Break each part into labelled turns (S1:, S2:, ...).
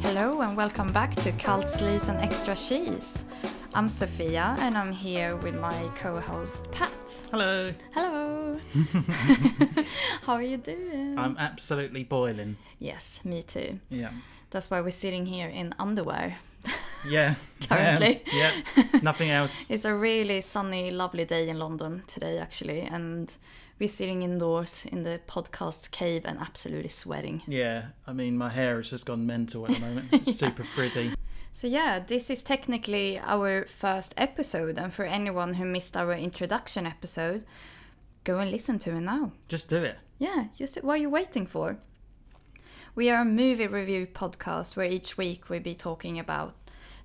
S1: Hello and welcome back to Cult Sleaze and Extra Cheese. I'm Sophia and I'm here with my co-host Pat.
S2: Hello.
S1: Hello. How are you doing?
S2: I'm absolutely boiling.
S1: yes, me too.
S2: Yeah.
S1: That's why we're sitting here in underwear.
S2: Yeah.
S1: Currently.
S2: Yeah. Nothing else.
S1: It's a really sunny, lovely day in London today actually and we're sitting indoors in the podcast cave and absolutely sweating.
S2: Yeah. I mean, my hair has just gone mental at the moment. It's super frizzy.
S1: So yeah, this is technically our first episode, and for anyone who missed our introduction episode, go and listen to it now.
S2: Just do it.
S1: Yeah, just what are you waiting for? We are a movie review podcast where each week we'll be talking about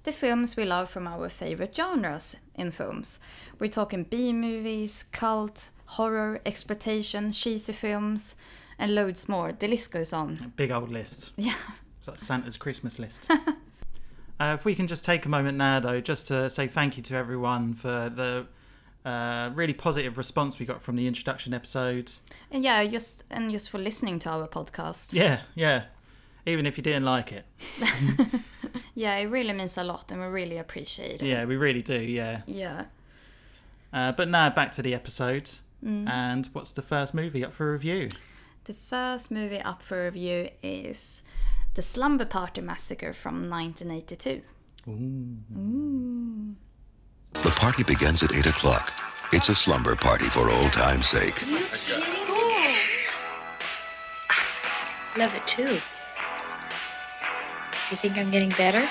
S1: the films we love from our favorite genres in films. We're talking B movies, cult, horror, exploitation, cheesy films, and loads more. The list goes on.
S2: Big old list.
S1: Yeah.
S2: It's like Santa's Christmas list. uh, if we can just take a moment now, though, just to say thank you to everyone for the uh, really positive response we got from the introduction episode.
S1: And yeah, just and just for listening to our podcast.
S2: Yeah. Yeah. Even if you didn't like it.
S1: Yeah, it really means a lot and we really appreciate it.
S2: Yeah, we really do. Yeah.
S1: Yeah.
S2: Uh, but now back to the episode.
S1: Mm.
S2: And what's the first movie up for review?
S1: The first movie up for review is The Slumber Party Massacre from 1982.
S3: The party begins at 8 o'clock. It's a slumber party for old time's sake.
S4: Love it too. Do you think I'm getting better?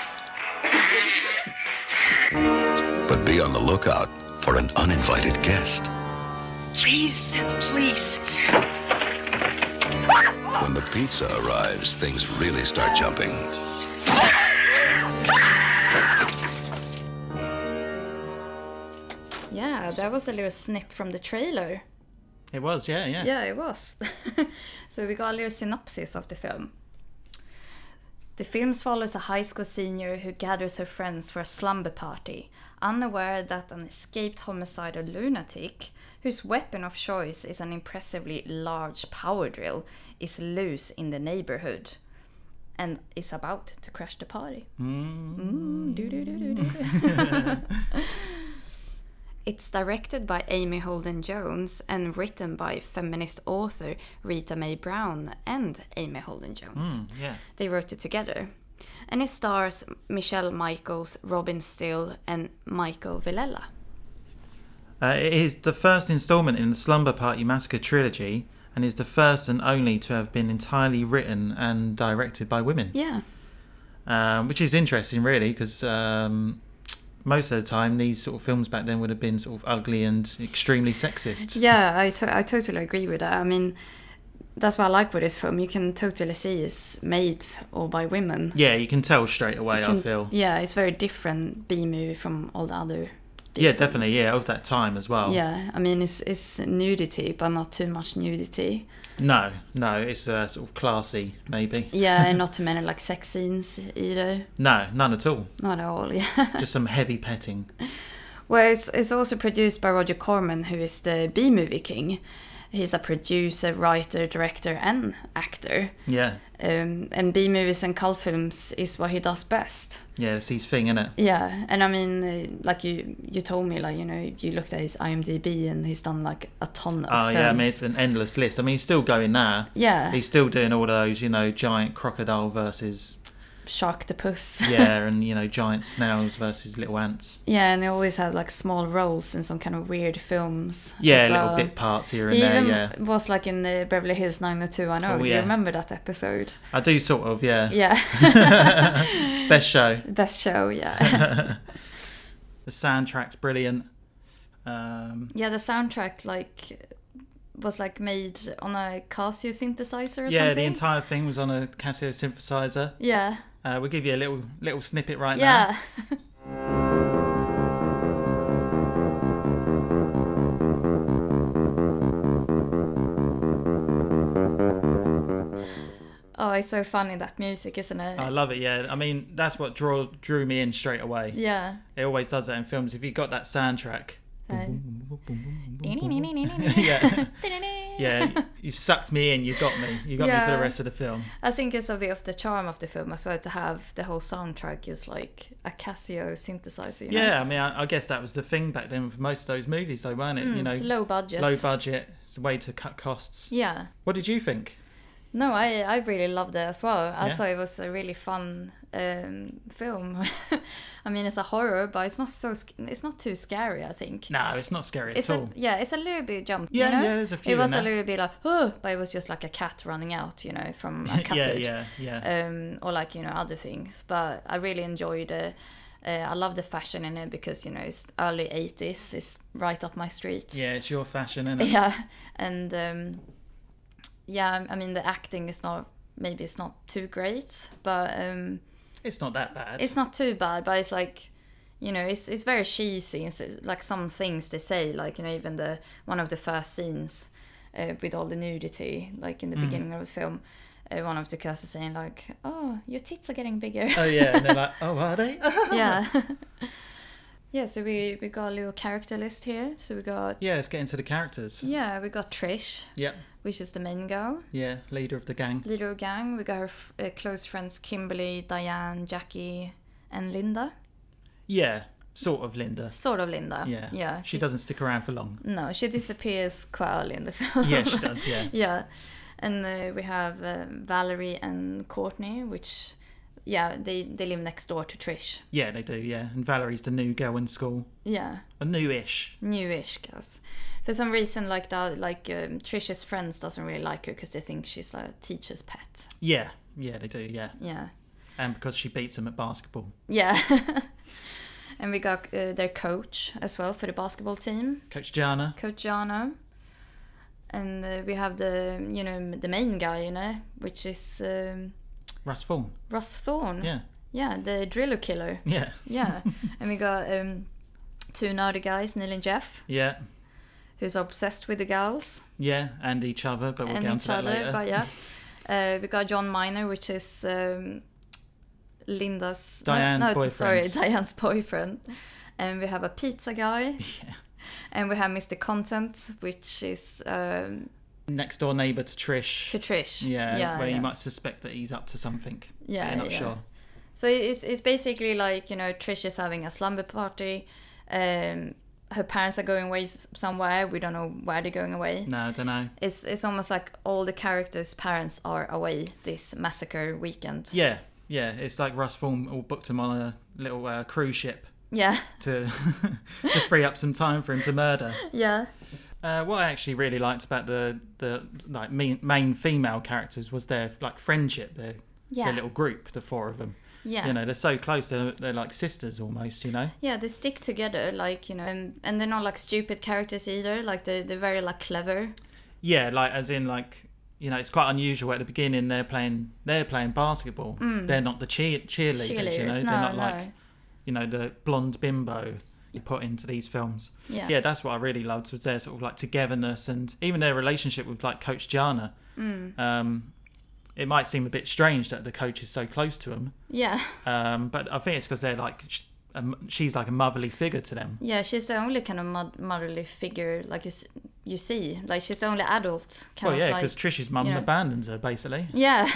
S3: But be on the lookout for an uninvited guest.
S4: Please and please.
S3: When the pizza arrives, things really start jumping.
S1: Yeah, that was a little snip from the trailer.
S2: It was, yeah, yeah.
S1: Yeah, it was. so we got a little synopsis of the film. The film follows a high school senior who gathers her friends for a slumber party, unaware that an escaped homicidal lunatic, whose weapon of choice is an impressively large power drill, is loose in the neighborhood and is about to crash the party. Mm, doo-doo-doo-doo-doo. it's directed by Amy Holden Jones and written by feminist author Rita Mae Brown and Amy Holden Jones.
S2: Mm, Yeah.
S1: They wrote it together. And it stars Michelle Michaels, Robin Still, and Michael Villela.
S2: Uh, it is the first installment in the Slumber Party Massacre trilogy and is the first and only to have been entirely written and directed by women,
S1: Yeah.
S2: um, which is interesting, really, because um, most of the time these sort of films back then would have been sort of ugly and extremely sexist.
S1: Yeah, I, to- I totally agree with that. I mean, that's what I like with this film. You can totally see it's made all by women.
S2: Yeah, you can tell straight away, I feel.
S1: Yeah, it's very different B movie from all the other. B
S2: Yeah,
S1: films.
S2: definitely, yeah, of that time as well.
S1: Yeah, I mean it's it's nudity, but not too much nudity.
S2: No, no, it's uh, sort of classy, maybe.
S1: Yeah, and not too many like sex scenes either.
S2: No, none at all.
S1: Not at all. Yeah.
S2: Just some heavy petting.
S1: Well, it's, it's also produced by Roger Corman, who is the B movie king. He's a producer, writer, director, and actor.
S2: Yeah,
S1: Um, and B movies and cult films is what he does best.
S2: yeah, it's his thing, innit?
S1: Yeah, and I mean, uh, like you, you told me, like you know, you looked at his IMDb, and he's done like a ton of
S2: Oh
S1: films.
S2: yeah, I mean it's an endless list. I mean he's still going now.
S1: Yeah.
S2: He's still doing all those, you know, giant crocodile versus
S1: Shark the Puss.
S2: yeah, and you know, giant snails versus little ants.
S1: Yeah, and he always has like small roles in some kind of weird films.
S2: Yeah,
S1: as well.
S2: little bit parts here and
S1: He
S2: there.
S1: even
S2: Yeah,
S1: was like in the Beverly Hills 90210.
S2: Oh,
S1: Do you
S2: yeah.
S1: remember that episode?
S2: I do sort of. Yeah,
S1: Yeah.
S2: best show.
S1: Best show, yeah.
S2: The soundtrack's brilliant. Um,
S1: yeah, the soundtrack like was like made on a Casio synthesizer or
S2: yeah,
S1: something.
S2: the entire thing was on a Casio synthesizer.
S1: yeah,
S2: Uh, we'll give you a little little snippet right now.
S1: yeah, oh, it's so funny that music, isn't it?
S2: I love it. Yeah, I mean that's what draw drew me in straight away.
S1: yeah.
S2: It always does that in films. If you got that soundtrack,
S1: Uh,
S2: yeah. yeah, you've sucked me in. You got me. You got me for
S1: Yeah.
S2: the rest of the film.
S1: I think it's a bit of the charm of the film as well to have the whole soundtrack is like a Casio synthesizer. You know?
S2: Yeah, I mean, I, I guess that was the thing back then with most of those movies, though, weren't it? you know,
S1: Mm, it's low budget.
S2: low budget. It's a way to cut costs.
S1: Yeah.
S2: What did you think?
S1: No, I, I really loved it as well. I
S2: Yeah.
S1: thought it was a really fun um, film. I mean, it's a horror, but it's not so sc- it's not too scary. I think.
S2: No, it's not scary
S1: It's
S2: at
S1: a,
S2: all.
S1: yeah, it's a little bit jump.
S2: Yeah,
S1: you know?
S2: yeah, there's a few
S1: It
S2: in
S1: was a
S2: that.
S1: little bit like, oh, but it was just like a cat running out, you know, from a cupboard.
S2: yeah, yeah, yeah.
S1: um, or like you know other things. But I really enjoyed it. Uh, I love the fashion in it because you know it's early '80s. It's right up my street.
S2: yeah, it's your fashion, and
S1: Yeah, and um, yeah, I mean the acting is not maybe it's not too great, but um,
S2: it's not that bad.
S1: it's not too bad. But it's like you know it's it's very cheesy. It's like some things they say, like you know even the one of the first scenes uh, with all the nudity, like in the
S2: Mm.
S1: beginning of the film. Uh, one of the cast is saying like, "Oh, your tits are getting bigger."
S2: oh yeah, and they're like, oh, are they?
S1: yeah. yeah, so we, we got a little character list here. So we got
S2: yeah, let's get into the characters. Yeah.
S1: yeah, we got Trish,
S2: yeah,
S1: which is the main girl,
S2: leader of the gang.
S1: leader of gang. We got her f- uh, close friends Kimberly, Diane, Jackie, and Linda.
S2: Yeah, sort of Linda.
S1: Sort of Linda.
S2: Yeah,
S1: Yeah.
S2: She doesn't stick around for long.
S1: No, she disappears quite early in the film.
S2: Yeah, she does. Yeah,
S1: yeah. And uh, we have uh, Valerie and Courtney, which yeah, they they live next door to Trish.
S2: yeah, they do. Yeah, and Valerie's the new girl in school,
S1: Yeah.
S2: a newish.
S1: newish girls. For some reason, like that, like um, Trisha's friends doesn't really like her because they think she's a teacher's pet.
S2: Yeah, yeah, they do. Yeah,
S1: Yeah,
S2: and because she beats him at basketball,
S1: yeah. and we got uh, their coach as well for the basketball team,
S2: Coach Jana.
S1: Coach Jano. And uh, we have the you know the main guy, you know, which is um,
S2: Russ Fawn.
S1: Russ Thorne.
S2: Yeah,
S1: Yeah, the driller killer.
S2: yeah,
S1: Yeah, and we got um, two nerdy guys, Neil and Jeff,
S2: yeah,
S1: who's obsessed with the girls.
S2: yeah, and each other. But we'll
S1: and
S2: get
S1: each
S2: onto that
S1: other.
S2: later.
S1: But yeah, uh, we got John Minor, which is um, Linda's no-
S2: Diane's
S1: no,
S2: boyfriend.
S1: Sorry, Diane's boyfriend. And we have a pizza guy,
S2: yeah.
S1: and we have Mr. Content, which is um,
S2: Next door neighbour to Trish.
S1: to Trish.
S2: yeah,
S1: yeah,
S2: where
S1: yeah.
S2: you might suspect that he's up to something.
S1: Yeah,
S2: You're not
S1: yeah.
S2: sure.
S1: So it's it's basically like you know Trish is having a slumber party. Um, her parents are going away s- somewhere. We don't know where they're going away.
S2: No, I don't know.
S1: It's it's almost like all the characters' parents are away this massacre weekend.
S2: Yeah, yeah. It's like Russ Form all booked him on a little uh, cruise ship
S1: Yeah.
S2: to to free up some time for him to murder.
S1: Yeah.
S2: Uh, what I actually really liked about the the like main, main female characters was their like friendship, their
S1: Yeah.
S2: their little group, the four of them.
S1: Yeah.
S2: You know, they're so close. They're, they're like sisters almost. You know.
S1: Yeah, they stick together, like, you know, and, and they're not like stupid characters either. Like, they're, they're very, like, clever.
S2: Yeah, like as in like you know, it's quite unusual at the beginning. They're playing they're playing basketball. They're not the cheer cheerleaders. you know,
S1: Mm. Cheerleaders,
S2: they're
S1: no,
S2: not
S1: no.
S2: like you know the blonde bimbo you put into these films.
S1: Yeah.
S2: yeah, that's what I really loved was their sort of like togetherness and even their relationship with like Coach Jana.
S1: Mm.
S2: Um, it might seem a bit strange that the coach is so close to him,
S1: Yeah.
S2: um, but I think it's because they're like sh- a m- she's like a motherly figure to them.
S1: Yeah, she's the only kind of mod- motherly figure, like, you, s- you see. Like, she's the only adult kind
S2: Well,
S1: of
S2: yeah,
S1: like.
S2: because Trish's mum
S1: you know.
S2: abandons her basically,
S1: yeah,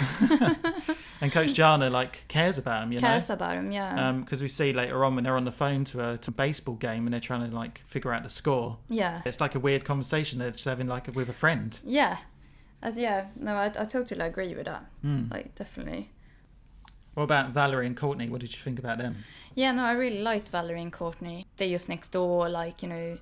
S2: and Coach Jana like cares about him, you know. Um,
S1: cares about him, yeah.
S2: because we see later on when they're on the phone to a, to a baseball game and they're trying to like figure out the score.
S1: yeah.
S2: It's like a weird conversation they're just having like with a friend.
S1: Yeah. Uh, yeah, no, I, I totally agree with that.
S2: Hmm.
S1: Like, definitely.
S2: What about Valerie and Courtney? What did you think about them?
S1: Yeah, no, I really liked Valerie and Courtney. They're just next door, like, you know,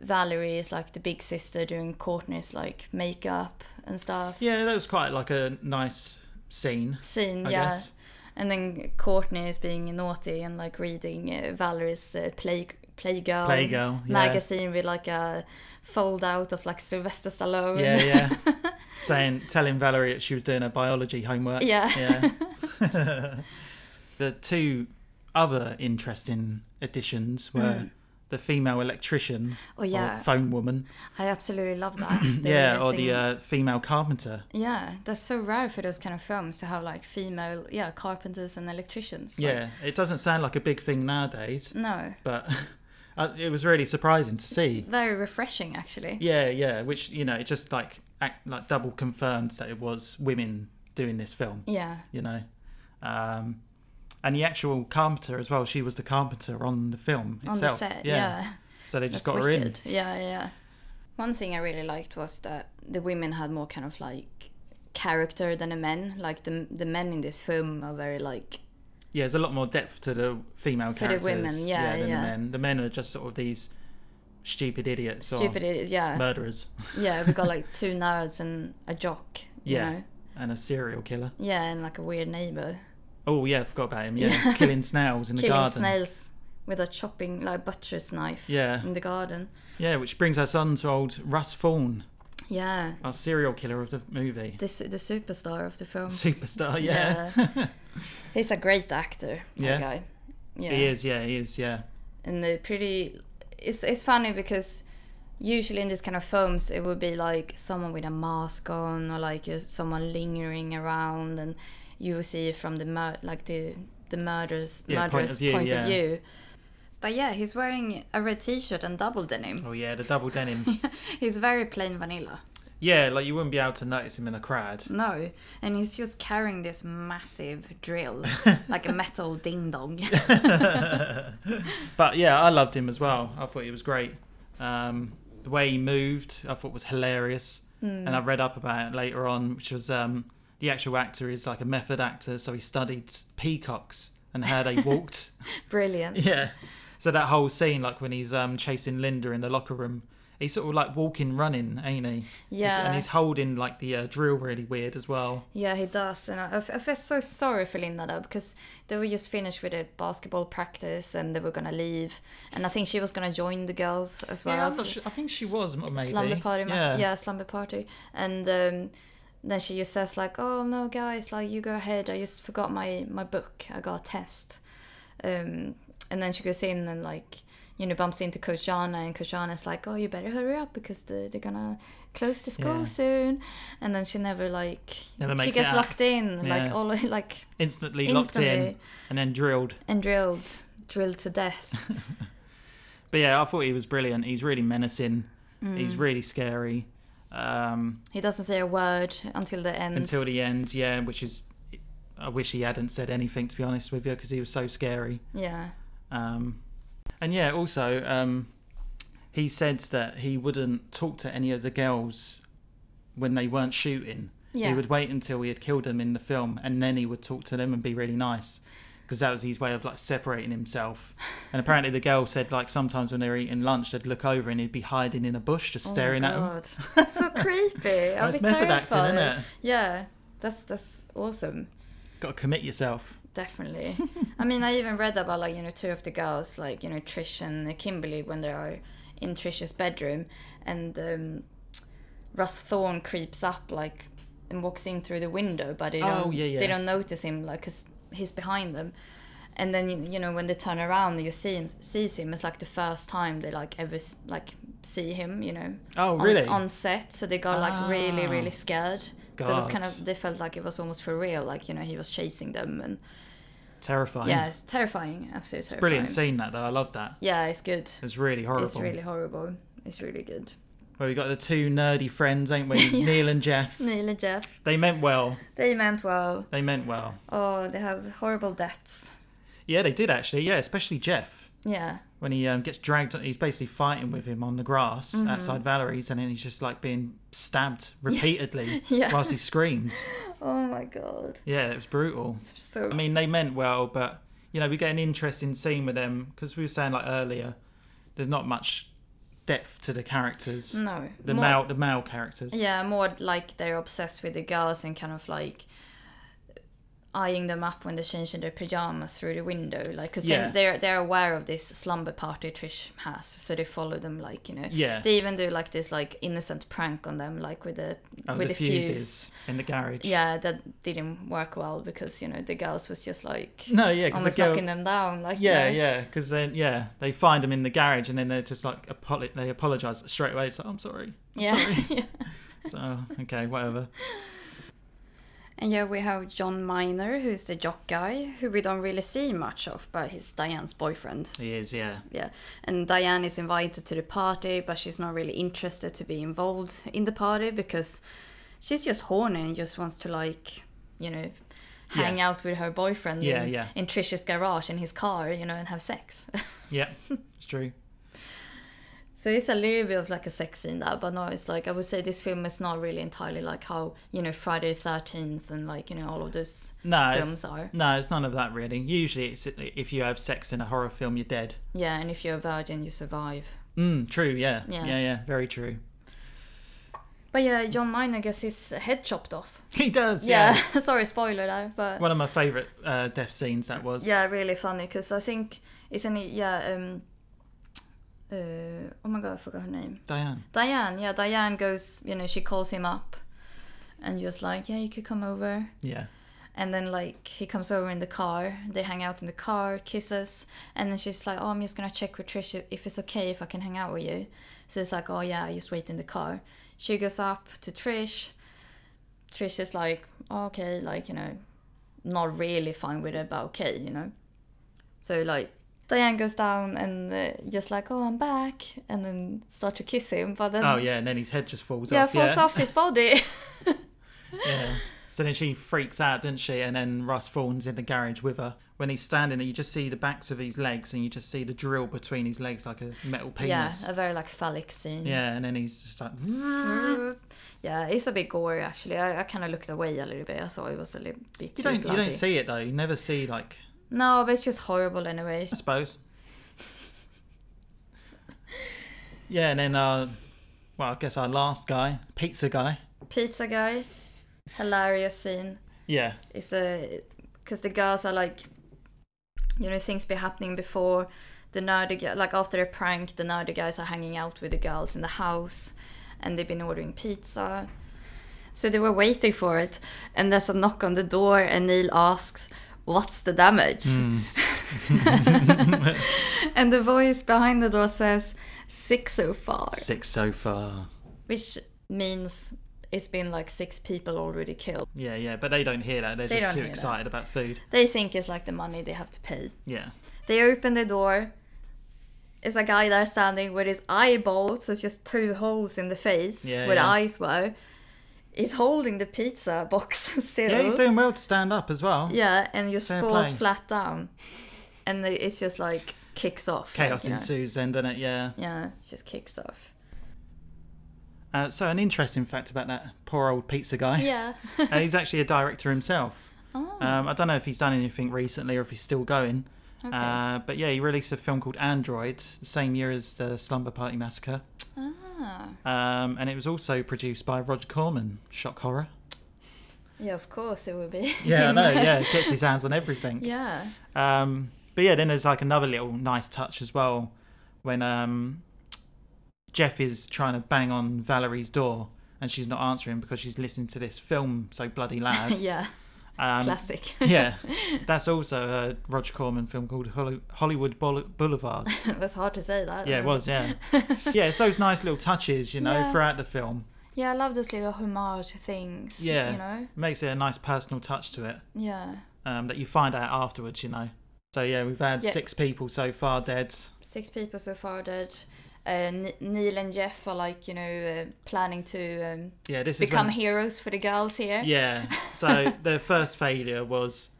S1: Valerie is like the big sister doing Courtney's like makeup and stuff.
S2: Yeah, that was quite like a nice scene.
S1: Scene,
S2: I
S1: yeah.
S2: guess.
S1: And then Courtney is being naughty and like reading uh, Valerie's uh, play Playgirl,
S2: Playgirl, yeah.
S1: magazine with like a fold out of like Sylvester Stallone.
S2: Yeah, yeah. Saying, telling Valerie that she was doing her biology homework.
S1: Yeah.
S2: Yeah. the two other interesting additions were the female electrician
S1: Hmm. Oh, yeah.
S2: or phone woman.
S1: I absolutely love that. They
S2: yeah,
S1: were
S2: or the
S1: singing-
S2: uh, female carpenter.
S1: yeah, that's so rare for those kind of films to have like female yeah carpenters and electricians. like- Mm.
S2: Yeah, it doesn't sound like a big thing nowadays,
S1: no,
S2: but uh, it was really surprising to see.
S1: very refreshing actually.
S2: Yeah, yeah, which you know, it just like act, like double confirmed that it was women doing this film.
S1: Yeah.
S2: You know, um, and the actual carpenter as well. She was the carpenter on the film
S1: On
S2: itself.
S1: the set, yeah.
S2: So they just
S1: That's
S2: got
S1: wicked.
S2: her in.
S1: Yeah, yeah. One thing I really liked was that the women had more kind of like character than the men. Like the the men in this film are very like
S2: Yeah, there's a lot more depth to the female
S1: For the
S2: characters.
S1: women, yeah,
S2: than
S1: yeah.
S2: the men. The men are just sort of these stupid idiots
S1: stupid.
S2: or
S1: idiots. Yeah,
S2: murderers.
S1: yeah. We got like two nerds and a jock. You
S2: Yeah.
S1: Know?
S2: and a serial killer.
S1: Yeah, and like a weird neighbor
S2: Oh yeah, I forgot about him. Yeah, killing snails in the
S1: killing
S2: garden.
S1: snails with a chopping like butcher's knife.
S2: Yeah.
S1: In the garden.
S2: Yeah, which brings us on to old Russ Fawn,
S1: Yeah.
S2: our serial killer of the movie,
S1: The su- the superstar of the film.
S2: superstar. Yeah.
S1: He's a great actor. that
S2: Yeah.
S1: guy. Yeah.
S2: he is. Yeah, he is. Yeah,
S1: and they're pretty it's it's funny because usually in these kind of films it would be like someone with a mask on or like uh, someone lingering around and you will see it from the mur- like the the murderer's
S2: Yeah, point
S1: murderer's
S2: of view, yeah.
S1: view. but yeah he's wearing a red t-shirt and double denim
S2: Oh yeah, the double denim.
S1: he's very plain vanilla
S2: yeah, like you wouldn't be able to notice him in a crowd.
S1: no and he's just carrying this massive drill like a metal ding dong
S2: But yeah, I loved him as well. I thought he was great. Um, the way he moved, I thought was hilarious. And I read up about it later on, which was um, the actual actor is like a method actor, so he studied peacocks and how they walked.
S1: brilliant
S2: Yeah. So that whole scene, like when he's um, chasing Linda in the locker room, he's sort of like walking, running, ain't he? He's-
S1: Yeah.
S2: and he's holding like the uh, drill really weird as well.
S1: Yeah, he does. And I, I f- I feel so sorry for Linda though, because they were just finished with a basketball practice and they were going to leave. And I think she was going to join the girls as well.
S2: yeah, I'm not su- I think she was m- maybe.
S1: Slumber party
S2: yeah.
S1: match. Yeah, slumber party. And um, then she just says like, "Oh no, guys, like you go ahead. I just forgot my my book. I got a test." Um, and then she goes in and like you know bumps into Kojana and Kojana's like, "Oh, you better hurry up because the, they're gonna close the school
S2: Yeah.
S1: soon." And then she never like
S2: Never
S1: she
S2: makes
S1: gets
S2: it out.
S1: locked in like
S2: Yeah.
S1: all like
S2: Instantly, locked in
S1: Instantly.
S2: and then drilled.
S1: and drilled drilled to death.
S2: But yeah, I thought he was brilliant. He's really menacing.
S1: Mm.
S2: He's really scary um,
S1: he doesn't say a word until the end.
S2: until the end. Yeah, which is. I wish he hadn't said anything to be honest with you because he was so scary.
S1: yeah.
S2: Um, and yeah, also, um, he said that he wouldn't talk to any of the girls when they weren't shooting.
S1: Yeah.
S2: He would wait until he had killed them in the film, and then he would talk to them and be really nice, because that was his way of like separating himself. And apparently, the girl said like sometimes when they were eating lunch, they'd look over and he'd be hiding in a bush,
S1: Oh
S2: just staring at them.
S1: That's so creepy. I'd
S2: That's
S1: be
S2: method
S1: terrified.
S2: acting, innit?
S1: Yeah, that's that's awesome.
S2: Got to commit yourself.
S1: Definitely. I mean, I even read about like you know two of the girls, like you know Trish and Kimberly, when they are in Trish's bedroom, and um, Russ Thorne creeps up like and walks in through the window, but they
S2: Oh,
S1: don't,
S2: yeah, yeah.
S1: they don't notice him like 'cause he's behind them. And then you- you know when they turn around, you see him, sees him. It's like the first time they like ever s- like see him. You know.
S2: Oh,
S1: on-
S2: really?
S1: On, set, so they got like really,
S2: Ah.
S1: really scared. So it was kind
S2: God.
S1: of they felt like it was almost for real, like you know he was chasing them, and
S2: Terrifying.
S1: yeah, it's terrifying, absolutely terrifying.
S2: Brilliant scene that though. I love that.
S1: Yeah, it's good.
S2: It was really horrible.
S1: It's really horrible. It's really good.
S2: Well, we got the two nerdy friends, ain't we? Neil and Jeff.
S1: Neil and Jeff,
S2: They meant well.
S1: they meant well.
S2: They meant well.
S1: Oh, they have horrible deaths.
S2: Yeah, they did actually. Yeah, especially Jeff
S1: Yeah,
S2: when he um, gets dragged. He's basically fighting with him on the grass
S1: Mm-hmm.
S2: outside Valerie's, and then he's just like being stabbed repeatedly
S1: Yeah.
S2: whilst he screams.
S1: Oh my god.
S2: Yeah, it was brutal.
S1: So
S2: I mean, they meant well, but you know, we get an interesting scene with them because we were saying like earlier, there's not much depth to the characters.
S1: no.
S2: The
S1: more-
S2: male, the male characters.
S1: Yeah, more like they're obsessed with the girls and kind of like eyeing them up when they're changing their pajamas through the window, like because
S2: Yeah.
S1: they're they're aware of this slumber party Trish has, so they follow them like you know.
S2: Yeah.
S1: They even do like this like innocent prank on them, like with the
S2: Oh,
S1: with
S2: the,
S1: the,
S2: fuses
S1: fuse.
S2: in the garage.
S1: Yeah, that didn't work well because you know the girls was just like
S2: No, yeah, because
S1: almost
S2: the girl.
S1: knocking them down, like you
S2: Yeah,
S1: know.
S2: yeah, because then yeah, they find him in the garage, and then they're just like apolo- they apologize straight away. It's like I'm sorry.
S1: yeah. yeah.
S2: So okay, whatever.
S1: And here we have John Miner, who's the jock guy, who we don't really see much of, but he's Diane's boyfriend.
S2: He is, yeah.
S1: Yeah. And Diane is invited to the party, but she's not really interested to be involved in the party because she's just horny and just wants to, like, you know, hang
S2: Yeah.
S1: out with her boyfriend
S2: Yeah,
S1: in,
S2: yeah.
S1: in Trisha's garage in his car, you know, and have sex.
S2: Yeah, it's true.
S1: So it's a little bit of like a sex scene there, but no, it's like I would say this film is not really entirely like how you know Friday the Thirteenth and like you know all of those
S2: No,
S1: films
S2: it's,
S1: are.
S2: no, it's none of that really. Usually, it's if you have sex in a horror film, you're dead.
S1: Yeah, and if you're a virgin, you survive.
S2: Mm, true, yeah.
S1: Yeah.
S2: yeah. Yeah, very true.
S1: But yeah, John Miner gets his head chopped off.
S2: He does, yeah.
S1: Yeah, sorry, spoiler there, but
S2: One of my favourite uh, death scenes, that was.
S1: yeah, really funny because I think isn't it? Yeah, um, uh, oh my god, I forgot her name.
S2: Diane.
S1: Diane. Yeah, Diane goes. You know, she calls him up, and just like, yeah, you could come over.
S2: Yeah.
S1: And then like he comes over in the car, they hang out in the car, kisses, and then she's like, "Oh, I'm just gonna check with Trish if it's okay if I can hang out with you." So it's like, "Oh yeah, I just wait in the car." She goes up to Trish. Trish is like, oh, "Okay, like you know, not really fine with it, but okay, you know." So like Diane goes down and uh, just like, "Oh, I'm back," and then start to kiss him, but then
S2: Oh, yeah, and then his head just falls
S1: Mm. yeah,
S2: off.
S1: falls
S2: yeah.
S1: off his body.
S2: Yeah. So then she freaks out, doesn't she? And then Russ Thorne's in the garage with her. When he's standing there, you just see the backs of his legs and you just see the drill between his legs like a metal
S1: yeah,
S2: penis.
S1: a very like phallic scene.
S2: Yeah, and then he's just like,
S1: Yeah, it's a bit gory actually. I, I kind of looked away a little bit. I thought it was a little bit
S2: you
S1: too
S2: don't, you
S1: bloody.
S2: don't see it though. You never see, like,
S1: No, but it's just horrible anyway.
S2: I suppose. Yeah, and then, uh, well, I guess our last guy, pizza guy.
S1: Pizza guy, hilarious scene.
S2: Yeah.
S1: It's a because the girls are like, you know, things be happening before the nerdy guy. Like after a prank, the nerdy guys are hanging out with the girls in the house, and they've been ordering pizza. So they were waiting for it, and there's a knock on the door, and Neil asks, "What's the damage?" and the voice behind the door says, six so far,"
S2: Six so far.
S1: which means it's been like six people already killed.
S2: Yeah, yeah, but they don't hear that. They're
S1: They
S2: just
S1: don't
S2: too
S1: hear that.
S2: excited about food.
S1: They think it's like the money they have to pay.
S2: Yeah.
S1: They open the door. It's a guy there standing with his eyeball, so it's just two holes in the face
S2: Yeah,
S1: where the
S2: yeah.
S1: eyes were. He's holding the pizza box still.
S2: Yeah, he's doing well to stand up as well.
S1: Yeah, and just
S2: Fair
S1: falls
S2: play.
S1: flat down. And it- it's just like kicks off. like,
S2: Chaos
S1: you know.
S2: ensues then, doesn't it? Yeah.
S1: Yeah, it just kicks off.
S2: Uh, so, an interesting fact about that poor old pizza guy.
S1: Yeah.
S2: Uh, he's actually a director himself.
S1: Oh.
S2: Um, I don't know if he's done anything recently or if he's still going.
S1: Okay.
S2: Uh, but yeah, he released a film called Android, the same year as the Slumber Party Massacre.
S1: ah.
S2: Um, and it was also produced by Roger Corman. Shock horror.
S1: Yeah, of course it would be.
S2: Yeah, I know. Yeah, gets his hands on everything.
S1: Yeah.
S2: Um, but yeah, then there's like another little nice touch as well when um, Jeff is trying to bang on Valerie's door and she's not answering because she's listening to this film so bloody loud.
S1: yeah.
S2: um,
S1: Classic.
S2: yeah, that's also a Roger Corman film called Holly- Hollywood Boul- Boulevard.
S1: it was hard to say that.
S2: Yeah, it was. Yeah, yeah. So it's nice little touches, you know,
S1: Yeah.
S2: throughout the film.
S1: Yeah, I love those little homage things.
S2: Yeah,
S1: You know?
S2: makes it a nice personal touch to it
S1: Yeah.
S2: um, that you find out afterwards, you know. So yeah, we've had
S1: Yeah.
S2: six people so far dead.
S1: Six people so far dead. Uh, N- Neil and Jeff are like, you know, uh, planning to um,
S2: Yeah, this is
S1: become
S2: when-
S1: heroes for the girls here.
S2: Yeah. So their first failure was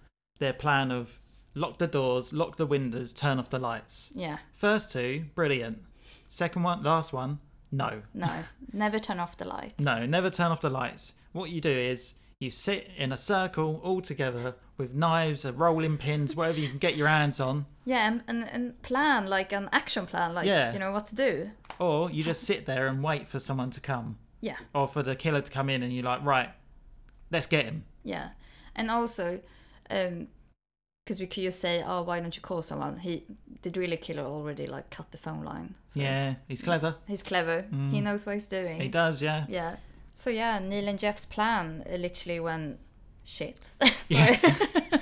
S2: their plan of lock the doors, lock the windows, turn off the lights.
S1: Yeah.
S2: First two, brilliant. Second one, last one, no.
S1: No. never turn off the lights.
S2: No, never turn off the lights. What you do is you sit in a circle all together with knives, uh, rolling pins, whatever you can get your hands on,
S1: Yeah, and, and, and plan, like an action plan, like,
S2: Yeah.
S1: you know, what to do.
S2: or you just sit there and wait for someone to come
S1: Yeah.
S2: or for the killer to come in and you're like, right, let's get him.
S1: Yeah, and also, um, because we could just say, "Oh, why don't you call someone?" He, the driller killer, already like cut the phone line. So
S2: Yeah, he's clever.
S1: he's clever. He knows what he's doing.
S2: He does, yeah.
S1: Yeah. So yeah, Neil and Jeff's plan uh, literally went shit. so,
S2: Yeah.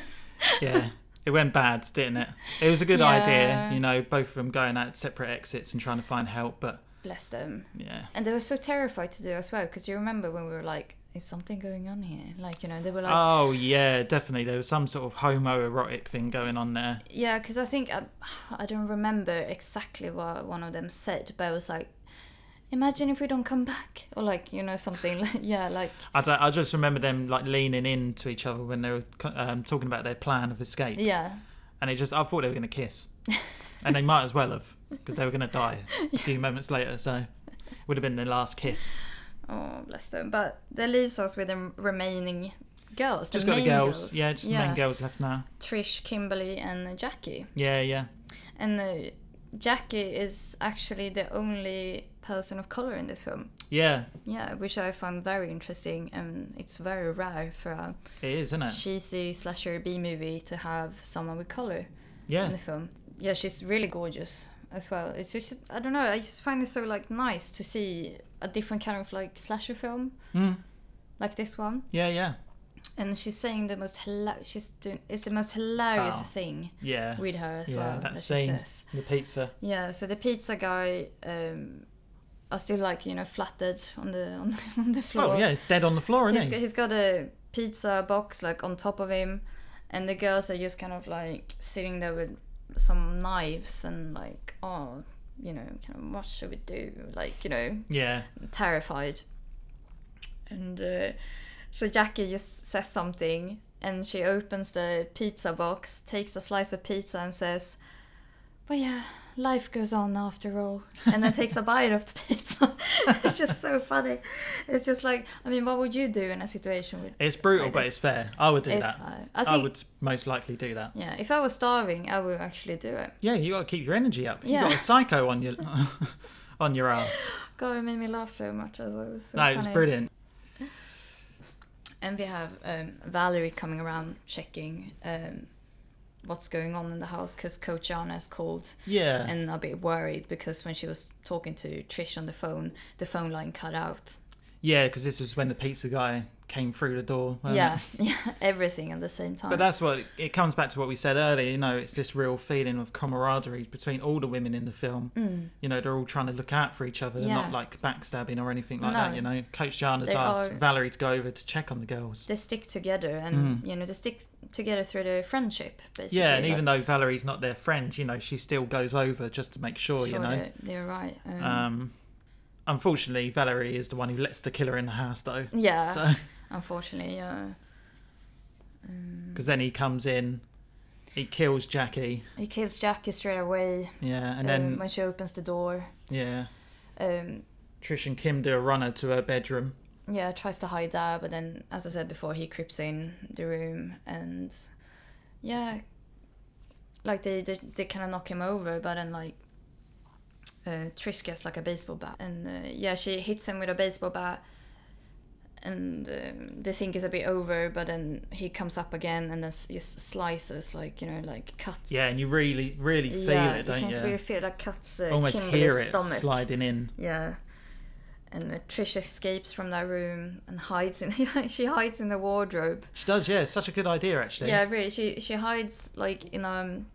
S2: yeah. It went bad, didn't it? It was a good
S1: Yeah.
S2: idea, you know, both of them going out separate exits and trying to find help, but
S1: bless them.
S2: yeah.
S1: And they were so terrified to do as well, because you remember when we were like, is something going on here? Like, you know, they were like,
S2: Oh yeah, definitely. There was some sort of homoerotic thing going on there.
S1: Yeah, because I think I, I don't remember exactly what one of them said, but it was like, imagine if we don't come back, or like you know something. like yeah, like
S2: I, don't- I just remember them like leaning in to each other when they were co- um, talking about their plan of escape,
S1: yeah,
S2: and it just I thought they were going to kiss, and they might as well have because they were going to die a few moments later. So would have been their last kiss.
S1: oh bless them. But that leaves us with the remaining girls.
S2: Just
S1: the
S2: got the
S1: main
S2: girls.
S1: girls.
S2: yeah, just the main girls left now.
S1: Trish, Kimberly, and Jackie.
S2: Yeah, yeah.
S1: And uh, Jackie is actually the only person of color in this film.
S2: Yeah,
S1: Yeah, which I found very interesting, and it's very rare for a
S2: it is, isn't it?
S1: cheesy slasher B movie to have someone with color. in
S2: yeah.
S1: the film. Yeah, she's really gorgeous as well. It's just I don't know. I just find it so like nice to see a different kind of like slasher film
S2: Mm.
S1: like this one.
S2: Yeah, yeah.
S1: And she's saying the most hila- she's doing it's the most hilarious
S2: Wow.
S1: thing
S2: Ah. Yeah.
S1: with her as
S2: yeah,
S1: well.
S2: that
S1: she
S2: scene.
S1: says.
S2: The pizza.
S1: Yeah. So the pizza guy. Um, are still like you know flattered on the on the, on the floor.
S2: Oh, yeah, it's dead on the floor,
S1: He's
S2: isn't
S1: got,
S2: it?
S1: he's got a pizza box like on top of him, and the girls are just kind of like sitting there with some knives and like, oh, you know, kind of what should we do? Like, you know,
S2: Yeah.
S1: terrified. And uh, so Jackie just says something, and she opens the pizza box, takes a slice of pizza, and says, "But yeah." Life goes on after all, and then takes a bite of the pizza. it's just so funny. It's just like, I mean, what would you do in a situation with
S2: It's brutal,
S1: like
S2: but
S1: this?
S2: it's fair. I would do
S1: It's
S2: that.
S1: fair. I
S2: I,
S1: think-
S2: would most likely do that.
S1: Yeah, if I was starving, I would actually do it.
S2: Yeah, you got to keep your energy up.
S1: Yeah.
S2: You got a psycho on your on your ass.
S1: God, it made me laugh so much. I thought it was so
S2: No,
S1: funny.
S2: it was brilliant.
S1: And we have um, Valerie coming around checking um, what's going on in the house because Coach Anna has called
S2: Yeah.
S1: and a bit worried because when she was talking to Trish on the phone, the phone line cut out.
S2: yeah, because this is when the pizza guy came through the door. wasn't
S1: yeah,
S2: it?
S1: yeah, everything at the same time.
S2: Oh, But that's what it comes back to what we said earlier. You know, it's this real feeling of camaraderie between all the women in the film. Mm. You know, they're all trying to look out for each other,
S1: Yeah.
S2: not like backstabbing or anything like
S1: No.
S2: that. You know, Coach Jana's
S1: They
S2: asked
S1: are-
S2: Valerie to go over to check on the girls.
S1: they stick together and, you know, they stick together through their friendship, basically.
S2: Hmm. Yeah, and
S1: like,
S2: even though Valerie's not their friend, you know, she still goes over just to make sure. you
S1: sure,
S2: know,
S1: they're, they're right. Um,
S2: Um, unfortunately, Valerie is the one who lets the killer in the house, though.
S1: yeah,
S2: So,
S1: unfortunately, uh, yeah.
S2: because then he comes in, he kills Jackie.
S1: He kills Jackie straight away
S2: Yeah, and
S1: um,
S2: then
S1: when she opens the door.
S2: yeah,
S1: Um,
S2: Trish and Kim do a runner to her bedroom.
S1: yeah, tries to hide there, but then, as I said before, he creeps in the room and, yeah, like they they, they kind of knock him over, but then like, uh, Trish gets like a baseball bat, and uh, yeah, she hits him with a baseball bat, and um, they think it's a bit over, but then he comes up again and then s- just slices like you know like cuts.
S2: Yeah, and you really, really feel
S1: yeah,
S2: it, don't
S1: you?
S2: you?
S1: can really feel like cuts uh,
S2: Almost
S1: Kimberly's
S2: hear it
S1: stomach.
S2: sliding in.
S1: Yeah. And uh, Trish escapes from that room and hides in. she hides in the wardrobe.
S2: She does, yeah. It's such a good idea, actually.
S1: Yeah, really. She she hides like in um,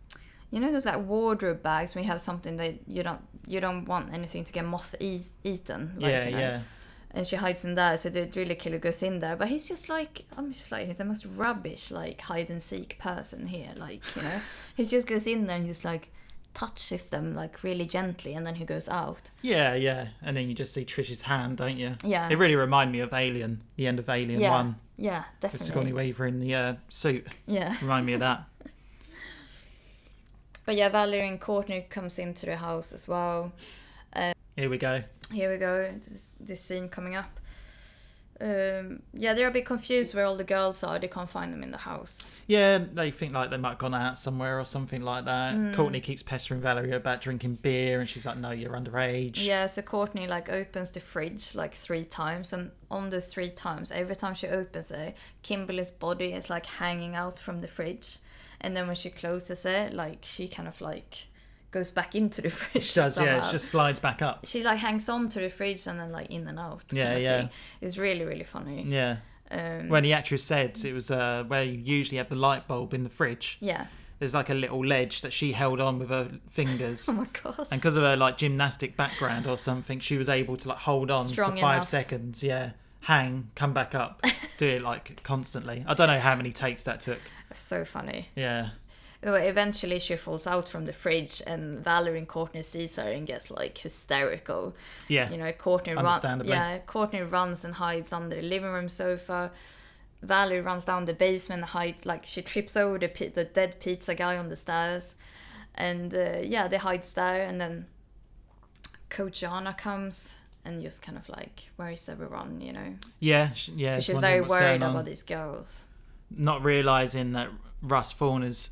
S1: you know those like wardrobe bags when you have something that you don't you don't want anything to get moth eat, eaten. Like,
S2: yeah,
S1: you know?
S2: yeah.
S1: And she hides in there, so the really killer goes in there. But he's just like I'm just like he's the most rubbish like hide and seek person here. Like you know, he just goes in there and just like touches them like really gently, and then he goes out.
S2: Yeah, yeah. And then you just see Trish's hand, don't you?
S1: Yeah.
S2: It really reminded me of Alien, the end of Alien
S1: yeah,
S2: 1,
S1: yeah,
S2: with Sigourney
S1: definitely.
S2: Weaver in the uh, suit.
S1: Yeah.
S2: Remind me of that.
S1: But yeah, Valerie and Courtney comes into the house as well.
S2: Here we go.
S1: Here we go, this, this scene coming up. Um, yeah, they're a bit confused where all the girls are. They can't find them in the house.
S2: Yeah, they think like they might have gone out somewhere or something like that.
S1: Mm.
S2: Courtney keeps pestering Valerie about drinking beer, and she's like, "No, you're underage."
S1: Yeah, so Courtney like opens the fridge like three times, and on those three times, every time she opens it, Kimberly's body is like hanging out from the fridge, and then when she closes it, like she kind of like goes back into the fridge.
S2: she does. Yeah,
S1: somehow.
S2: it just slides back up.
S1: she like hangs on to the fridge and then like in and out.
S2: Yeah,
S1: kind of
S2: yeah.
S1: thing. It's really really funny.
S2: Yeah.
S1: Um,
S2: When the actress said it was uh, where you usually have the light bulb in the fridge,
S1: yeah.
S2: there's like a little ledge that she held on with her fingers.
S1: Oh my god.
S2: And because of her like gymnastic background or something, she was able to like hold on
S1: Strong
S2: for five
S1: enough.
S2: seconds, yeah, hang, come back up, do it like constantly. I don't know how many takes that took.
S1: So funny.
S2: Yeah.
S1: Oh, Eventually, she falls out from the fridge, and Valerie and Courtney sees her and gets like hysterical.
S2: Yeah.
S1: You know, Courtney runs.
S2: Understandably.
S1: Yeah, Courtney runs and hides under the living room sofa. Valerie runs down the basement, and hides like she trips over the pi- the dead pizza guy on the stairs, and uh, yeah, they hides there, and then Coach Anna comes and just kind of like, where is everyone? You know,
S2: yeah. sh- yeah.
S1: 'Cause she's
S2: wondering
S1: very
S2: what's
S1: worried
S2: going on.
S1: about these girls.
S2: Not realizing that Russ Faulner's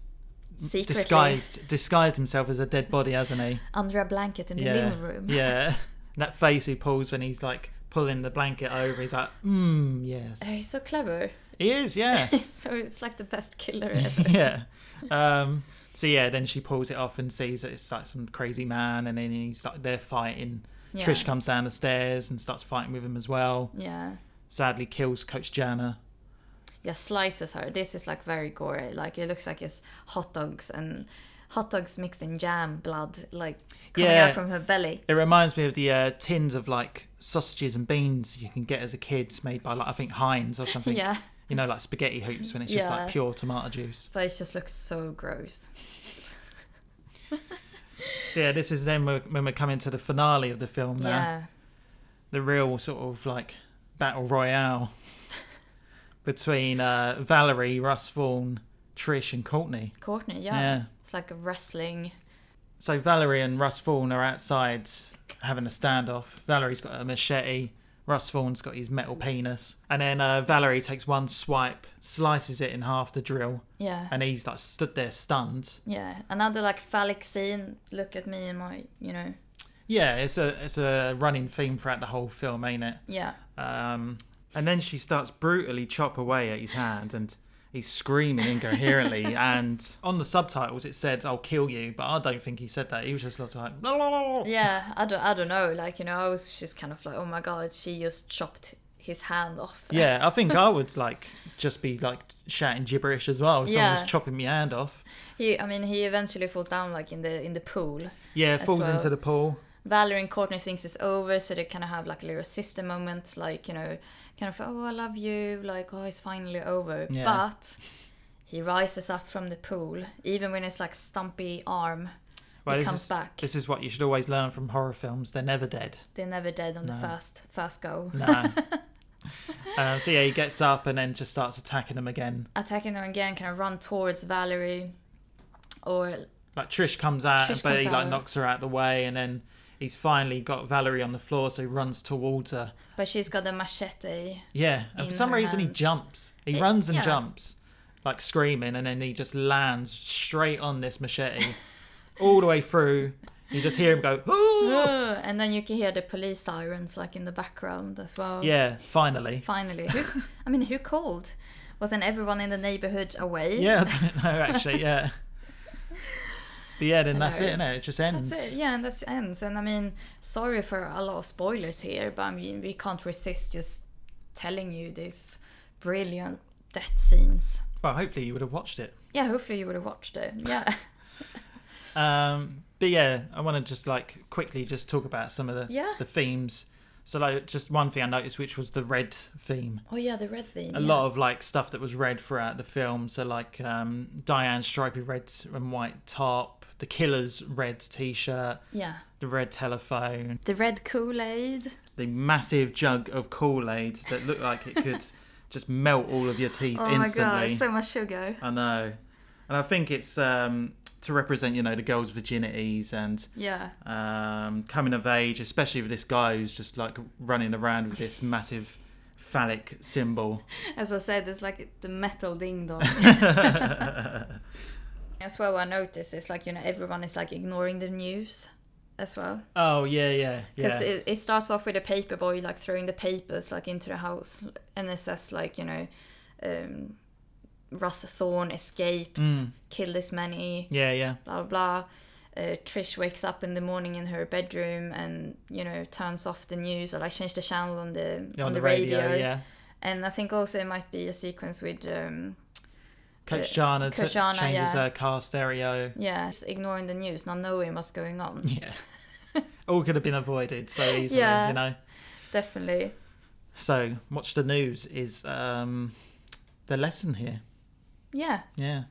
S1: Secretly
S2: disguised disguised himself as a dead body, hasn't he?
S1: under a blanket in the
S2: Yeah.
S1: living room.
S2: Yeah. And that face he pulls when he's like pulling the blanket over, he's like, mmm, yes.
S1: He's so clever.
S2: He is, yeah.
S1: so it's like the best killer ever.
S2: yeah. Um, so yeah, then she pulls it off and sees that it's like some crazy man, and then he's like they're fighting.
S1: Yeah.
S2: Trish comes down the stairs and starts fighting with him as well.
S1: yeah.
S2: Sadly, kills Coach Jana.
S1: Yeah, slices her. This is like very gory. Like it looks like it's hot dogs and hot dogs mixed in jam, blood like coming
S2: Yeah.
S1: out from her belly.
S2: It reminds me of the uh, tins of like sausages and beans you can get as a kid, made by like I think Heinz or something.
S1: Yeah.
S2: You know, like spaghetti hoops when it's just
S1: Yeah.
S2: like pure tomato juice.
S1: But it just looks so gross.
S2: So yeah, this is then we're, when we're coming to the finale of the film. Now.
S1: Yeah.
S2: the real sort of like battle royale between uh, Valerie, Russ Vaughn, Trish, and Courtney.
S1: Courtney, yeah.
S2: Yeah.
S1: It's like a wrestling.
S2: So Valerie and Russ Vaughn are outside having a standoff. Valerie's got a machete. Russ Vaughn's got his metal penis. And then uh, Valerie takes one swipe, slices it in half the drill,
S1: Yeah.
S2: and he's like stood there stunned.
S1: yeah. Another like phallic scene. Look at me and my, you know.
S2: Yeah, it's a it's a running theme throughout the whole film, ain't it?
S1: Yeah.
S2: Um, and then she starts brutally chop away at his hand and he's screaming incoherently. and on the subtitles, it said, I'll kill you. But I don't think he said that. He was just like, "La, la, la, la."
S1: Yeah. I don't, I don't know. Like, you know, I was just kind of like, oh my God, she just chopped his hand off.
S2: yeah, I think I would like just be like shouting gibberish as well. If someone
S1: Yeah.
S2: was chopping my hand off.
S1: He, I mean, he eventually falls down like in the in the pool.
S2: Yeah,
S1: As
S2: falls
S1: well.
S2: into the pool.
S1: Valerie and Courtney thinks it's over, so they kind of have like a little sister moment, like you know, kind of like, oh, I love you, like oh, it's finally over.
S2: Yeah.
S1: But he rises up from the pool, even when it's like stumpy arm. he
S2: this
S1: comes
S2: is,
S1: back.
S2: This is what you should always learn from horror films. They're never dead.
S1: They're never dead on the first first go.
S2: Nah. uh, so yeah, he gets up and then just starts attacking them again.
S1: Attacking her again, kind of run towards Valerie, or
S2: like Trish comes out,
S1: Trish
S2: but
S1: comes
S2: he like
S1: out.
S2: knocks her out of the way, and then he's finally got Valerie on the floor, so he runs towards her.
S1: but she's got the machete.
S2: Yeah,
S1: In
S2: and for some
S1: her
S2: reason
S1: hands.
S2: he jumps. He
S1: It-
S2: runs and
S1: yeah.
S2: jumps, like screaming, and then he just lands straight on this machete, all the way through. You just hear him go, "Ooh!"
S1: Ugh, and then you can hear the police sirens like in the background as well.
S2: yeah, finally.
S1: Finally, who, I mean, who called? Wasn't everyone in the neighborhood away?
S2: Yeah, I don't know actually. Yeah, but yeah, then that's it,
S1: Hilarious.
S2: innit? It just ends.
S1: That's it, yeah, and that's ends. And I mean, sorry for a lot of spoilers here, but I mean, we can't resist just telling you these brilliant death scenes.
S2: Well, hopefully you would have watched it.
S1: Yeah, hopefully you would have watched it. Yeah,
S2: Um, but yeah, I want to just like quickly just talk about some of the
S1: Yeah.
S2: the themes. So like just one thing I noticed, which was the red theme.
S1: oh yeah, the red theme.
S2: A lot of like stuff that was red throughout the film. So like um, Diane's stripy red and white top, the killer's red t-shirt,
S1: yeah.
S2: the red telephone,
S1: The red Kool Aid.
S2: the massive jug of Kool Aid that looked like it could just melt all of your teeth
S1: Oh my
S2: instantly.
S1: god, so much sugar.
S2: I know, and I think it's um, to represent you know the girls' virginities and
S1: Yeah,
S2: um, coming of age, especially with this guy who's just like running around with this massive phallic symbol.
S1: as I said, it's like the metal ding dong.
S2: yeah,
S1: as well, I noticed it's like you know everyone is like ignoring the news, as well.
S2: Oh yeah, yeah,
S1: Because
S2: yeah.
S1: it, it starts off with a paper boy like throwing the papers like into the house, and it says like you know, um, Russ Thorne escaped,
S2: Mm.
S1: killed this many,
S2: yeah, yeah,
S1: blah blah. blah. Uh, Trish wakes up in the morning in her bedroom and you know turns off the news or like change the channel on the
S2: Yeah, on the radio, yeah.
S1: And I think also it might be a sequence with um,
S2: Coach Jana,
S1: Coach Jana,
S2: changes
S1: yeah.
S2: her car stereo.
S1: yeah, just ignoring the news, not knowing what's going on.
S2: Yeah, all could have been avoided so easily,
S1: Yeah.
S2: you know.
S1: Definitely.
S2: So, watch the news is um, the lesson here.
S1: Yeah.
S2: Yeah.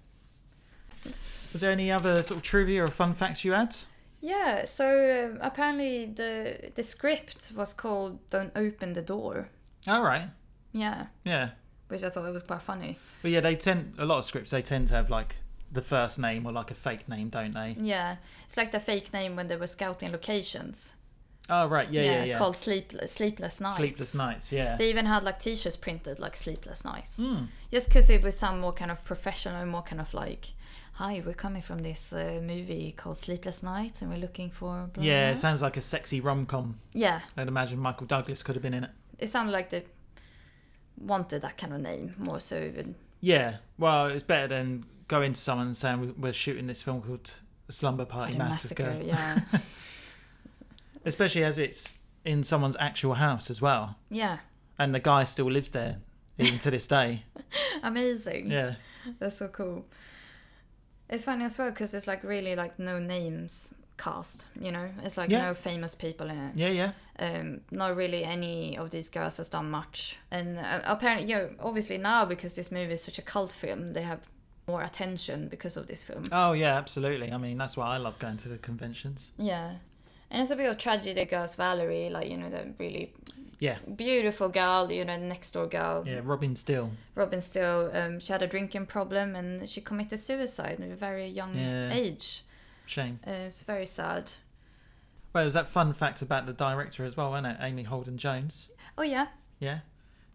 S2: Was there any other sort of trivia or fun facts you had?
S1: Yeah, so um, apparently the the script was called Don't Open the Door.
S2: All right.
S1: Yeah,
S2: Yeah.
S1: which I thought it was quite funny.
S2: But yeah, they tend a lot of scripts. They tend to have like the first name or like a fake name, don't they?
S1: Yeah, it's like the fake name when they were scouting locations.
S2: Oh right. Yeah. Yeah. Yeah.
S1: Called Sleepless, Sleepless Nights.
S2: Sleepless nights. Yeah.
S1: They even had like t-shirts printed like Sleepless Nights.
S2: Hmm.
S1: Just because it was some more kind of professional, more kind of like, hi, we're coming from this uh, movie called Sleepless Nights and we're looking for... Blah,
S2: yeah. It
S1: blah.
S2: sounds like a sexy rom com.
S1: Yeah,
S2: I'd imagine Michael Douglas could have been in it.
S1: it sounded like they wanted that kind of name more so even...
S2: Yeah. Well, it's better than going to someone and saying "We- we're shooting this film called A Slumber Party Massacre.
S1: yeah.
S2: Especially as it's in someone's actual house as well,
S1: yeah.
S2: and the guy still lives there even to this day.
S1: Amazing.
S2: Yeah.
S1: That's so cool. It's funny as well because it's like really like no names cast, you know? It's like
S2: Yeah.
S1: no famous people in it.
S2: Yeah. Yeah.
S1: Um, not really any of these girls has done much. And uh, apparently, you know, obviously now because this movie is such a cult film, they have more attention because of this film.
S2: Oh yeah, absolutely. I mean, that's why I love going to the conventions.
S1: Yeah. And it's a bit of tragedy, girls. Valerie, like, you know, the really
S2: Yeah,
S1: beautiful girl, you know, next door girl.
S2: yeah. Robin Steele.
S1: Robin still um, she had a drinking problem and she committed suicide at a very young
S2: Yeah.
S1: age.
S2: Shame.
S1: Uh, it's very sad.
S2: Well, it was that fun fact about the director as well, wasn't it? Amy Holden Jones.
S1: Oh yeah,
S2: Yeah.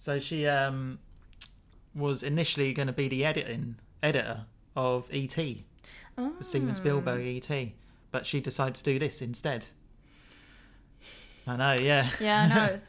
S2: So she um was initially going to be the editing editor of ET, the
S1: Ah.
S2: Steven Spielberg ET, but she decided to do this instead. I know. Yeah.
S1: yeah, I know.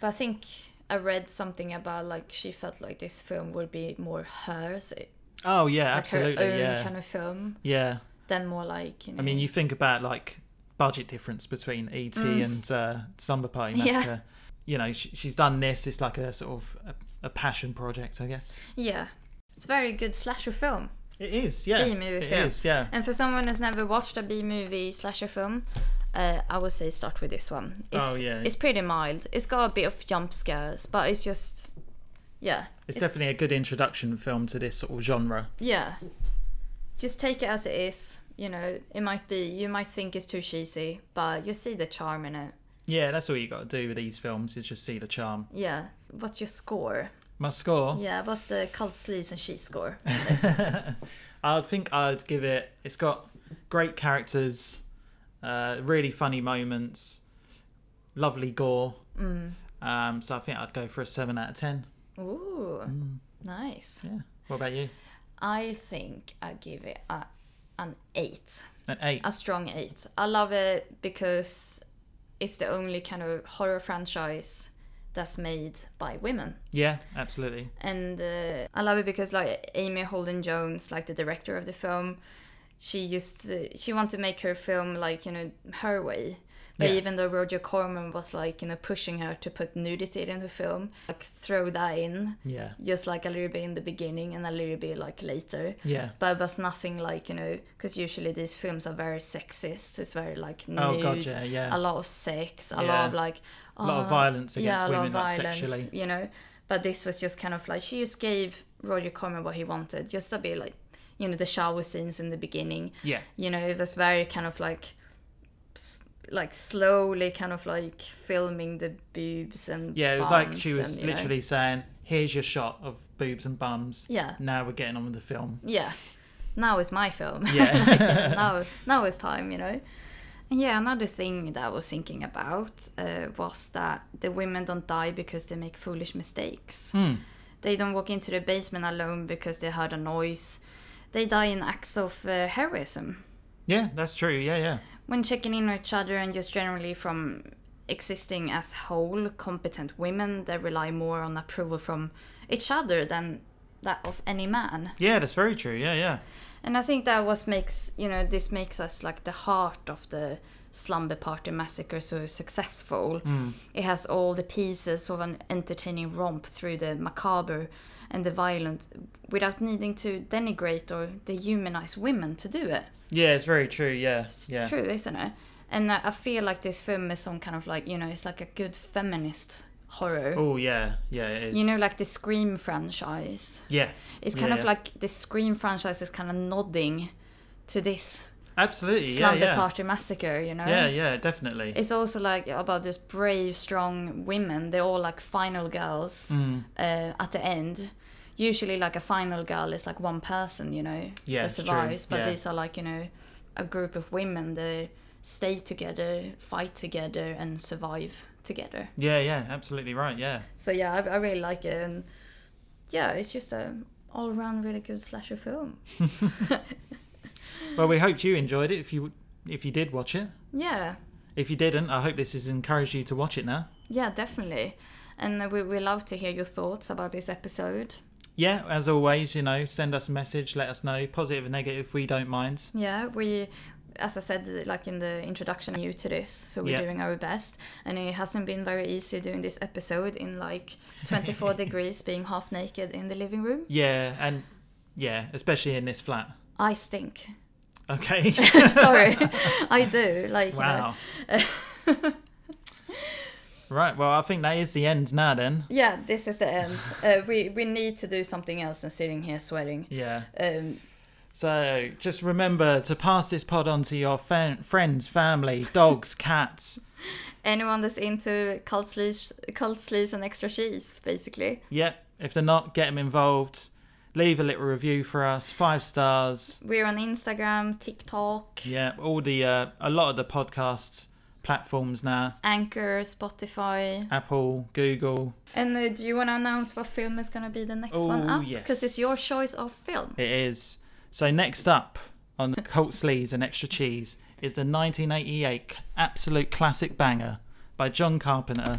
S1: but I think I read something about like she felt like this film would be more hers, like
S2: Oh yeah,
S1: her own
S2: absolutely. Yeah.
S1: kind of film,
S2: Yeah.
S1: than more like you know.
S2: I mean, you think about like budget difference between ET and uh, Slumber Party
S1: Mm. Yeah.
S2: Massacre. You know, she, she's done this. It's like a sort of a, a passion project, I guess.
S1: yeah, it's a very good slasher film.
S2: It is, yeah.
S1: B movie
S2: It
S1: film. Um,
S2: is, yeah.
S1: And for someone who's never watched a B movie slasher film, uh, I would say start with this one. It's,
S2: Oh, yeah.
S1: It's pretty mild. It's got a bit of jump scares, but it's just, yeah.
S2: It's, definitely a good introduction film to this sort of genre.
S1: Yeah. Just take it as it is. You know, it might be, you might think it's too cheesy, but you see the charm in it.
S2: Yeah, that's all you got to do with these films is just see the charm.
S1: Yeah. What's your score?
S2: My score,
S1: Yeah, what's the cult sleaze and she score?
S2: I think I'd give it. It's got great characters, uh, really funny moments, lovely gore.
S1: Mm.
S2: Um, so I think I'd go for a seven out of ten.
S1: Ooh, nice.
S2: Mm. Yeah. What about you?
S1: I think I give it a, an eight.
S2: An eight.
S1: a strong eight. I love it because it's the only kind of horror franchise that's made by women,
S2: Yeah, absolutely.
S1: and uh, I love it because like Amy Holden Jones, like the director of the film, she used uh, she wanted to make her film like you know her way. But
S2: Yeah.
S1: even though Roger Corman was like you know pushing her to put nudity in the film, like throw that in,
S2: Yeah.
S1: just like a little bit in the beginning and a little bit like later
S2: Yeah.
S1: but it was nothing like you know because usually these films are very sexist it's very like nude,
S2: Oh, God, yeah,
S1: a
S2: yeah.
S1: lot of sex a
S2: Yeah.
S1: lot of like oh,
S2: A lot of violence against
S1: uh, yeah a lot
S2: women,
S1: of
S2: like
S1: violence
S2: sexually.
S1: you know but this was just kind of like she just gave roger corman what he wanted just a bit like you know the shower scenes in the beginning
S2: Yeah.
S1: you know it was very kind of like s- like slowly kind of like filming the boobs and
S2: Yeah, it was like she
S1: bums
S2: was
S1: and, you know.
S2: literally saying, "Here's your shot of boobs and bums."
S1: Yeah.
S2: Now we're getting on with the film.
S1: yeah now is my film
S2: Yeah.
S1: now now it's time you know and yeah another thing that i was thinking about uh, was that the women don't die because they make foolish mistakes they don't walk into the basement alone because they heard a noise they die in acts of uh, heroism
S2: yeah, that's true. Yeah, yeah.
S1: when checking in on each other and just generally from existing as whole competent women they rely more on approval from each other than that of any man
S2: Yeah, that's very true. Yeah, yeah.
S1: and I think that was makes you know this makes us like the heart of the slumber party massacre so successful.
S2: Mm.
S1: It has all the pieces of an entertaining romp through the macabre and the violent, without needing to denigrate or dehumanize women to do it.
S2: Yeah, it's very true. Yeah, yeah.
S1: True, isn't it? And I I feel like this film is some kind of like you know it's like a good feminist horror.
S2: Oh yeah, yeah, it is.
S1: You know, like the Scream franchise.
S2: yeah,
S1: It's kind
S2: yeah,
S1: of
S2: yeah.
S1: like the Scream franchise is kind of nodding to this
S2: absolutely, yeah,
S1: Slumber
S2: yeah,
S1: Party Massacre, you know?
S2: yeah, yeah, definitely.
S1: It's also like about those brave, strong women. They're all like final girls
S2: Mm.
S1: uh, at the end. Usually, like a final girl is like one person, you know,
S2: Yeah,
S1: that
S2: it's true.
S1: survives. But
S2: Yeah.
S1: these are like, you know, a group of women that stay together, fight together, and survive together.
S2: yeah, yeah, absolutely right. Yeah,
S1: So, yeah, I, I really like it. And yeah, it's just a all round really good slasher film.
S2: well, we hoped you enjoyed it. If you if you did watch it,
S1: Yeah,
S2: if you didn't, I hope this has encouraged you to watch it now.
S1: yeah, definitely. And uh, we, we love to hear your thoughts about this episode.
S2: Yeah, as always, you know, send us a message, let us know, positive and negative, we don't mind.
S1: Yeah, we, as I said, like in the introduction, new to this, so we're
S2: Yeah.
S1: doing our best, and it hasn't been very easy doing this episode in like 24 degrees, being half naked in the living room.
S2: Yeah, and yeah, especially in this flat.
S1: I stink.
S2: Okay.
S1: Sorry, I do. Like, uh, you know.
S2: wow. right. Well, I think that is the end now. Then.
S1: yeah, this is the end. Uh, we we need to do something else than sitting here sweating.
S2: Yeah.
S1: Um,
S2: So just remember to pass this pod on to your fa- friends, family, dogs, cats.
S1: anyone that's into cult sleeves, cult sleeves and extra cheese, basically.
S2: Yep. If they're not, get them involved. Leave a little review for us. Five stars.
S1: We're on Instagram, TikTok,
S2: Yeah. All the uh, a lot of the podcast platforms now.
S1: Anchor, Spotify.
S2: Apple, Google.
S1: And uh, do you want to announce what film is going to be the next one
S2: Oh,
S1: up? Because it's your
S2: yes.
S1: choice of film.
S2: It is. So next up on the Colt Sleeves and Extra Cheese is the 1988 absolute classic banger by John Carpenter,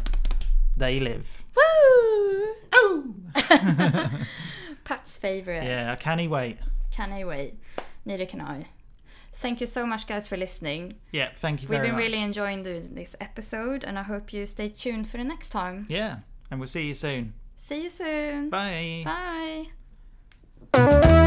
S2: They Live.
S1: Woo! Oh! Pat's favorite.
S2: Yeah, I can't wait.
S1: Can I wait? Neither can I. Thank you so much, guys, for listening.
S2: Yeah, thank you
S1: We've
S2: very
S1: been
S2: much.
S1: really enjoying doing this episode, and I hope you stay tuned for the next time.
S2: yeah, and we'll see you soon.
S1: See you soon.
S2: Bye.
S1: Bye.